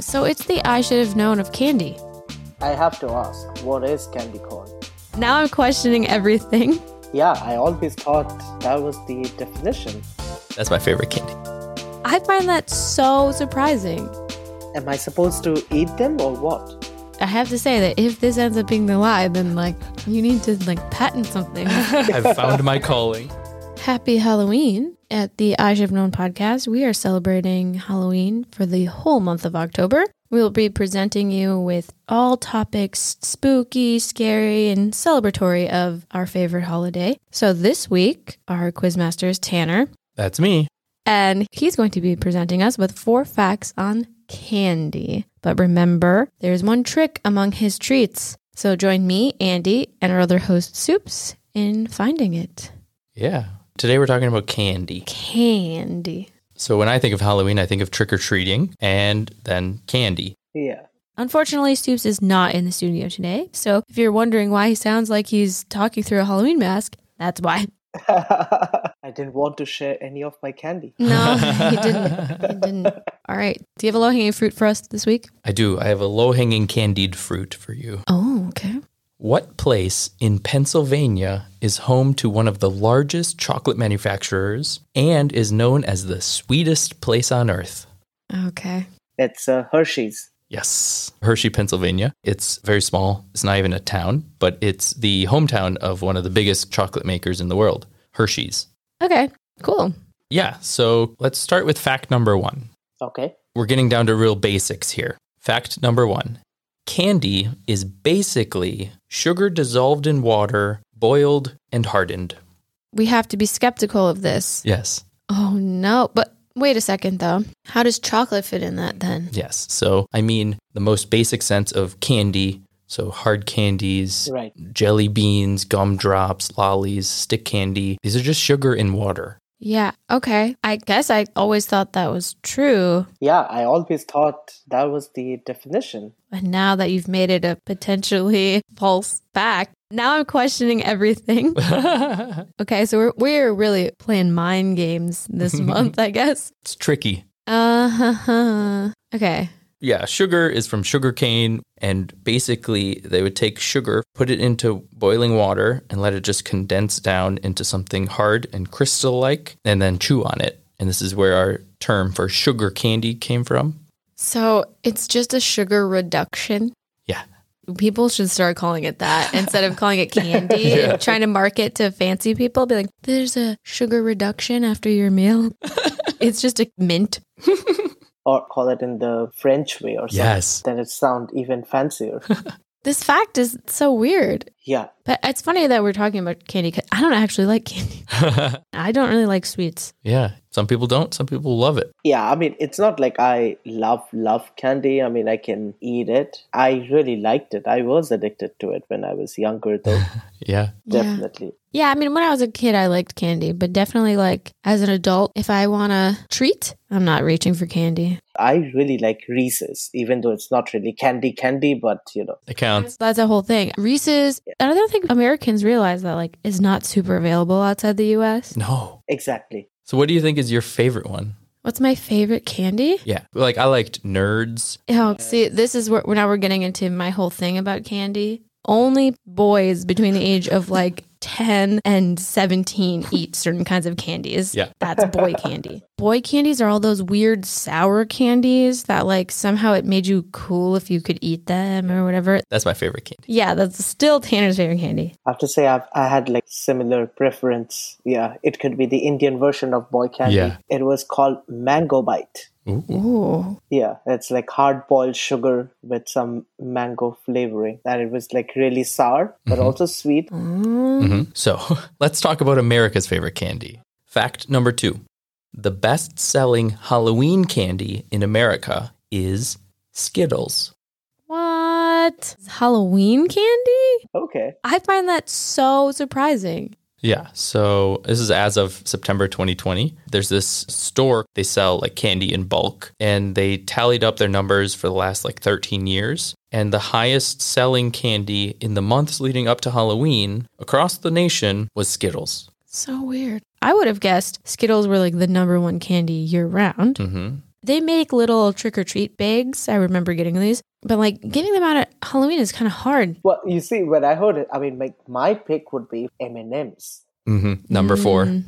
So it's the I should have known of candy. I have to ask, what is candy corn? Now I'm questioning everything. Yeah, I always thought that was the definition. That's my favorite candy. I find that so surprising. Am I supposed to eat them or what? I have to say that if this ends up being the lie, then like you need to like patent something. I've found my calling. Happy Halloween. At the I Should Have Known podcast, we are celebrating Halloween for the whole month of October. We will be presenting you with all topics spooky, scary, and celebratory of our favorite holiday. So this week, our quizmaster is Tanner, That's me. and he's going to be presenting us with four facts on candy. But remember, there's one trick among his treats. So join me, Andy, and our other host, Soups, in finding it. Yeah. Today we're talking about candy. Candy. So when I think of Halloween, I think of trick or treating and then candy. Yeah. Unfortunately, Stoops is not in the studio today. So if you're wondering why he sounds like he's talking through a Halloween mask, that's why. I didn't want to share any of my candy. No, he didn't. He didn't. All right. Do you have a low hanging fruit for us this week? I do. I have a low hanging candied fruit for you. Oh, okay. What place in Pennsylvania is home to one of the largest chocolate manufacturers and is known as the sweetest place on earth? Okay. It's uh, Hershey's. Yes, Hershey, Pennsylvania. It's very small. It's not even a town, but it's the hometown of one of the biggest chocolate makers in the world, Hershey's. Okay. Cool. Yeah, so let's start with fact number one. Okay. We're getting down to real basics here. Fact number one candy is basically sugar dissolved in water, boiled, and hardened. We have to be skeptical of this. Yes, Oh, no. But wait a second, though. How does chocolate fit in that then? yes. So, I mean, the most basic sense of candy. So, hard candies, Right. jelly beans, gumdrops, lollies, stick candy. These are just sugar and water. Yeah. Okay. I guess I always thought that was true. Yeah, I always thought that was the definition. But now that you've made it a potentially false fact, now I'm questioning everything. it's Okay, so we're, we're really playing mind games this month, I guess. tricky. Uh huh. Okay. Yeah, sugar is from sugar cane, and basically they would take sugar, put it into boiling water, and let it just condense down into something hard and crystal like, and then chew on it. And this is where our term for sugar candy came from. So it's just a sugar reduction. Yeah. People should start calling it that instead of calling it candy, Yeah. trying to market to fancy people. Be like, there's a sugar reduction after your meal. it's just a mint. Or call it in the French way or something. Yes. Then it sound even fancier. This fact is so weird. yeah. But it's funny that we're talking about candy 'cause I don't actually like candy. I don't really like sweets. yeah, some people don't, some people love it. Yeah, I mean, it's not like I love, love candy. I mean, I can eat it. I really liked it. I was addicted to it when I was younger, though. Yeah. Yeah. Definitely. Yeah, I mean, when I was a kid, I liked candy, but definitely like as an adult, if I want a treat, I'm not reaching for candy. I really like Reese's, even though it's not really candy candy, but you know, It counts. That's a whole thing. Reese's, and I don't think Americans realize that like is not super available outside the US. No. exactly. So, what do you think is your favorite one? What's my favorite candy? Yeah. Like, I liked nerds. Oh, see, this is where now we're getting into my whole thing about candy. Only boys between the age of like 10 and 17 eat certain kinds of candies. Yeah. That's boy candy. Boy candies are all those weird sour candies that like somehow it made you cool if you could eat them or whatever. That's my favorite candy. Yeah, that's still Tanner's favorite candy. I have to say, I've, I had like similar preference. Yeah, it could be the Indian version of boy candy. Yeah. It was called mango bite. Ooh. Ooh. Yeah, it's like hard boiled sugar with some mango flavoring. And it was like really sour, but also sweet. Mhm. So let's talk about America's favorite candy. Fact number two the best selling Halloween candy in America is Skittles. What? Halloween candy? Okay. I find that so surprising. Yeah. So this is as of September 2020. There's this store, they sell like candy in bulk, and they tallied up their numbers for the last like 13 years. And the highest selling candy in the months leading up to Halloween across the nation was Skittles. So weird. I would have guessed Skittles were like the number one candy year round. hmm They make little trick or treat bags. I remember getting these, but like getting them out at Halloween is kind of hard. Well, you see, when I heard it, I mean, like my pick would be M and M's hmm Number four, Mm.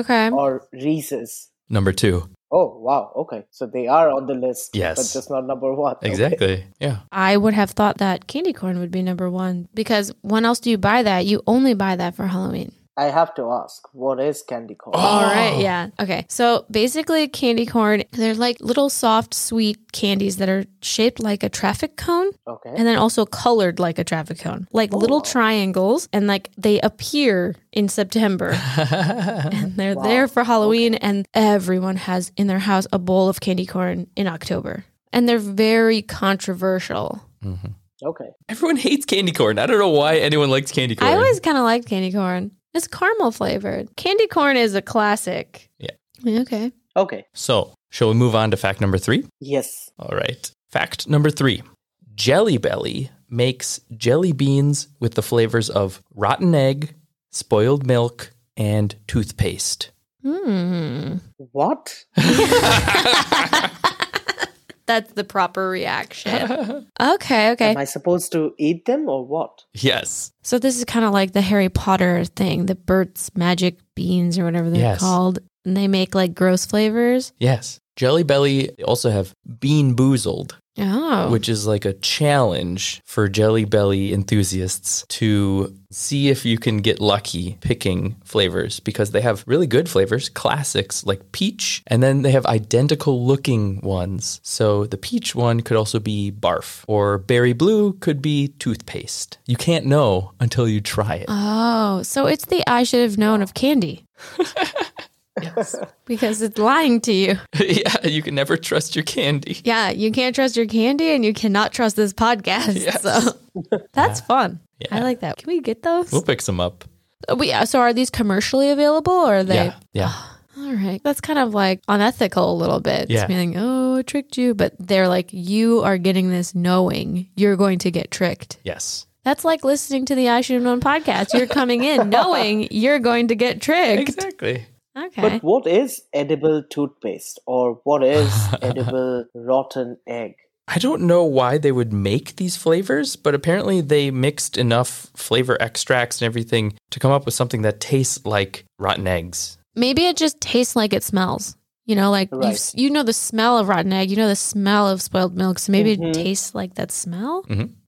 Okay. or Reese's. number two. Oh wow, okay, so they are on the list. Yes. but just not number one. Okay. Exactly. Yeah. I would have thought that candy corn would be number one because when else do you buy that? You only buy that for Halloween. I have to ask, what is candy corn? Oh. All right, yeah. Okay. So basically, candy corn, they're like little soft, sweet candies that are shaped like a traffic cone Okay. and then also colored like a traffic cone, like little wow. triangles. And like they appear in September and they're Wow. there for Halloween. And everyone has in their house a bowl of candy corn in October. And they're very controversial. Mhm. okay. Everyone hates candy corn. I don't know why anyone likes candy corn. I always kind of liked candy corn. It's caramel flavored. Candy corn is a classic. Yeah. Okay. Okay. so, shall we move on to fact number three? Yes. All right. Fact number three Jelly Belly makes jelly beans with the flavors of rotten egg, spoiled milk, and toothpaste. Hmm. What? That's the proper reaction. okay, okay. Am I supposed to eat them or what? Yes. So this is kind of like the Harry Potter thing, the Burt's magic beans or whatever they're Yes. called. And they make like gross flavors. Yes. Jelly Belly they also have Bean Boozled, Oh. which is like a challenge for Jelly Belly enthusiasts to see if you can get lucky picking flavors because they have really good flavors, classics like peach, and then they have identical looking ones. So the peach one could also be barf, or berry blue could be toothpaste. You can't know until you try it. oh, so it's the I should have known of candy. Because it's lying to you. yeah, you can never trust your candy. Yeah, you can't trust your candy and you cannot trust this podcast. Yes. So that's fun. Yeah. I like that. Can we get those? We'll pick some up. Uh, we- uh, so are these commercially available or are they? Yeah, yeah. All right. That's kind of like unethical a little bit. Yeah. It's being like, oh, I tricked you. But they're like, you are getting this knowing you're going to get tricked. Yes. That's like listening to the I Should Have Known podcast. You're coming in knowing you're going to get tricked. Exactly. Okay. But what is edible toothpaste or what is edible rotten egg? I don't know why they would make these flavors, but apparently they mixed enough flavor extracts and everything to come up with something that tastes like rotten eggs. Maybe it just tastes like it smells. You know, like you Right. you, you know the smell of rotten egg, you know the smell of spoiled milk. So maybe Mhm. it tastes like that smell.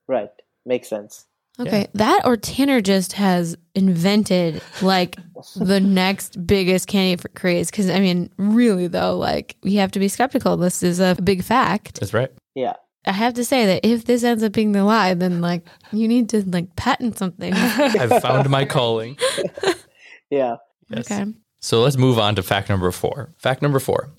Right. Makes sense. Okay, that or Tanner just has invented like the next biggest candy for craze. Because I mean, really though, like we have to be skeptical. This is a big fact. That's right. Yeah. I have to say that if this ends up being the lie, then like you need to like patent something. I've found my calling. Yeah. Yes. Okay. So let's move on to fact number four. Fact number four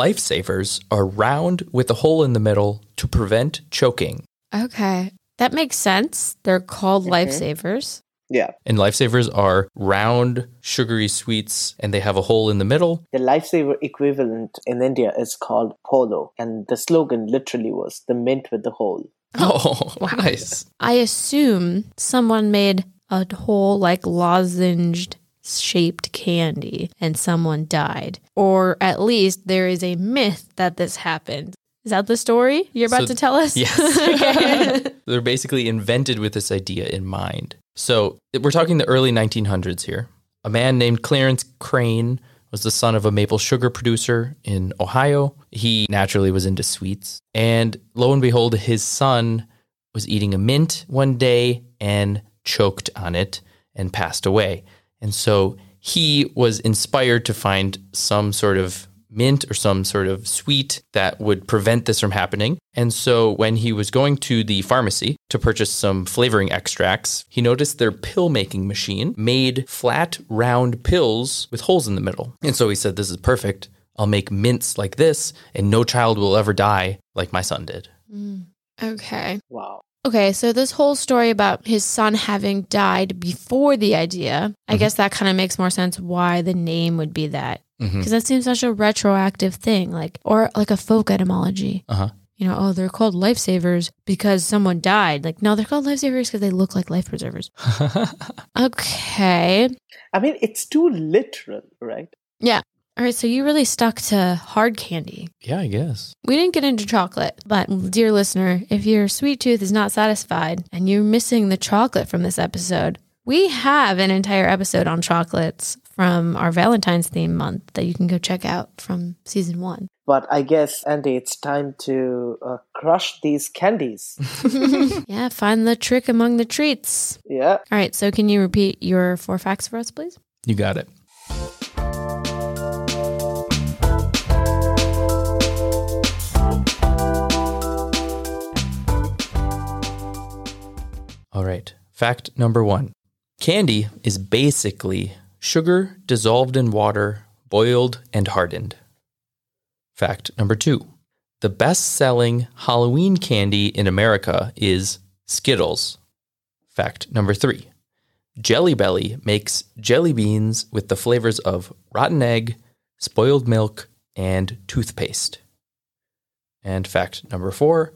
lifesavers are round with a hole in the middle to prevent choking. Okay. That makes sense. They're called lifesavers. Yeah. And lifesavers are round, sugary sweets, and they have a hole in the middle. The lifesaver equivalent in India is called polo, and the slogan literally was the mint with the hole. Oh, nice. I assume someone made a whole like lozenge shaped candy and someone died. Or at least there is a myth that this happened. Is that the story you're about to So- tell us? Yes. They're basically invented with this idea in mind. So we're talking the early 1900s here. A man named Clarence Crane was the son of a maple sugar producer in Ohio. He naturally was into sweets. And lo and behold, his son was eating a mint one day and choked on it and passed away. And so he was inspired to find some sort of mint or some sort of sweet that would prevent this from happening. And so when he was going to the pharmacy to purchase some flavoring extracts, he noticed their pill making machine made flat, round pills with holes in the middle. And so he said, This is perfect. I'll make mints like this, and no child will ever die like my son did. okay. Wow. Okay, so this whole story about his son having died before the idea, Mm-hmm. I guess that kind of makes more sense why the name would be that. Mhm. Because that seems such a retroactive thing, like, or like a folk etymology. Uh huh. you know, oh, they're called lifesavers because someone died. Like, no, they're called lifesavers because they look like life preservers. okay. I mean, it's too literal, right? Yeah. All right, so you really stuck to hard candy. Yeah, I guess. We didn't get into chocolate, but dear listener, if your sweet tooth is not satisfied and you're missing the chocolate from this episode, we have an entire episode on chocolates from our Valentine's theme month that you can go check out from season one. But I guess, Andy, it's time to uh, crush these candies. yeah, find the trick among the treats. yeah. All right, so can you repeat your four facts for us, please? You got it. All right. Fact number one candy is basically sugar dissolved in water, boiled, and hardened. Fact number two the best selling Halloween candy in America is Skittles. Fact number three. Jelly Belly makes jelly beans with the flavors of rotten egg, spoiled milk, and toothpaste. And fact number four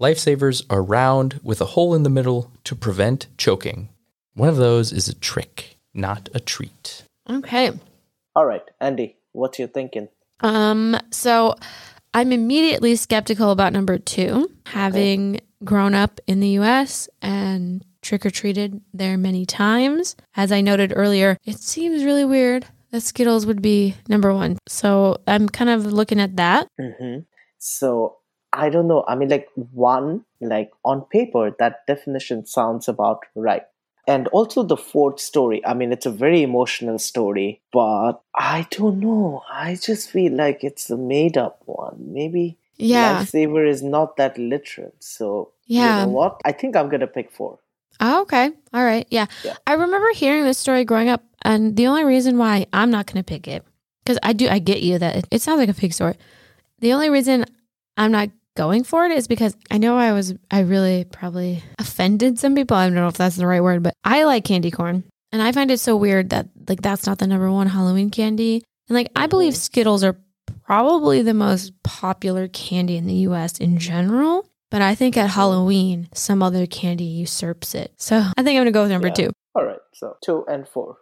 lifesavers are round with a hole in the middle to prevent choking. One of those is a trick, not a treat. Okay. All right, Andy, what you thinking? Um, so I'm immediately skeptical about number two, having grown up in the US and trick or treated there many times. As I noted earlier, it seems really weird that Skittles would be number one. So I'm kind of looking at that. Mm-hmm. So I don't know. I mean, like one, like on paper, that definition sounds about right. And also the fourth story. I mean, it's a very emotional story, but I don't know. I just feel like it's a made up one. Maybe Yeah. lifesaver is not that literal. So Yeah. you know what? I think I'm gonna pick four. Oh, okay. All right. Yeah. Yeah. I remember hearing this story growing up, and the only reason why I'm not going to pick it, because I do, I get you that it, it sounds like a pig story. The only reason I'm not going for it is because I know I was, I really probably offended some people. I don't know if that's the right word, but I like candy corn, and I find it so weird that like that's not the number one Halloween candy. And like I believe Mhm. Skittles are probably the most popular candy in the U.S. in general. But I think at Halloween, some other candy usurps it. So I think I'm going to go with number Yeah. two. All right. So two and four.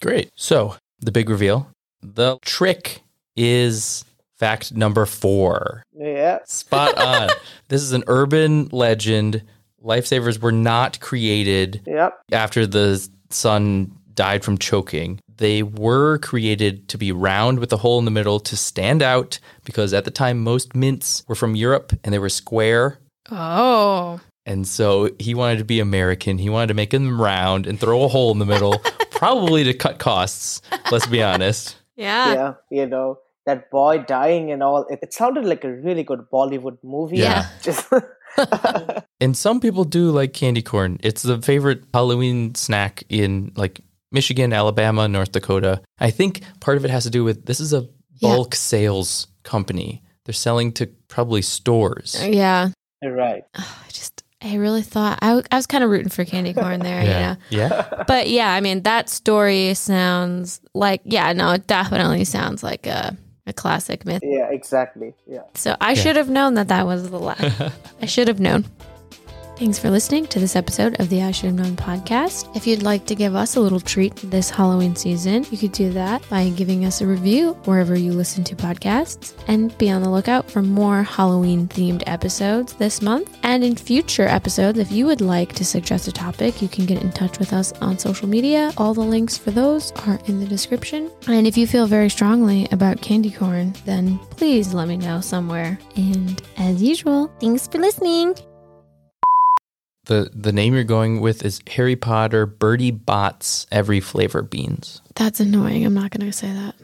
Great. So, the big reveal the trick is fact number four. Yeah. Spot on. this is an urban legend. Lifesavers were not created Yep. after the son died from choking. They were created to be round with a hole in the middle to stand out because at the time most mints were from Europe and they were square. Oh. And so he wanted to be American. He wanted to make them round and throw a hole in the middle, probably to cut costs, let's be honest. Yeah. yeah. You know that boy dying and all. It, it sounded like a really good Bollywood movie. Yeah. Just. And some people do like candy corn. It's the favorite Halloween snack in like Michigan, Alabama, North Dakota. I think part of it has to do with this is a Yeah. bulk sales company. They're selling to probably stores. Yeah. right. Ugh, I just, I really thought, I, w- I was kind of rooting for candy corn there, Yeah. you Yeah. know? But yeah, I mean, that story sounds like, yeah, no, it definitely sounds like a, a classic myth. Yeah, exactly. Yeah. So I should have known that that was the last. I should have known. Thanks for listening to this episode of the I Should Have Known podcast. If you'd like to give us a little treat this Halloween season, you could do that by giving us a review wherever you listen to podcasts. And be on the lookout for more Halloween themed episodes this month. And in future episodes, if you would like to suggest a topic, you can get in touch with us on social media. All the links for those are in the description. And if you feel very strongly about candy corn, then please let me know somewhere. And as usual, thanks for listening. The the name you're going with is Harry Potter Birdie Bots Every Flavor Beans. That's annoying. I'm not going to say that.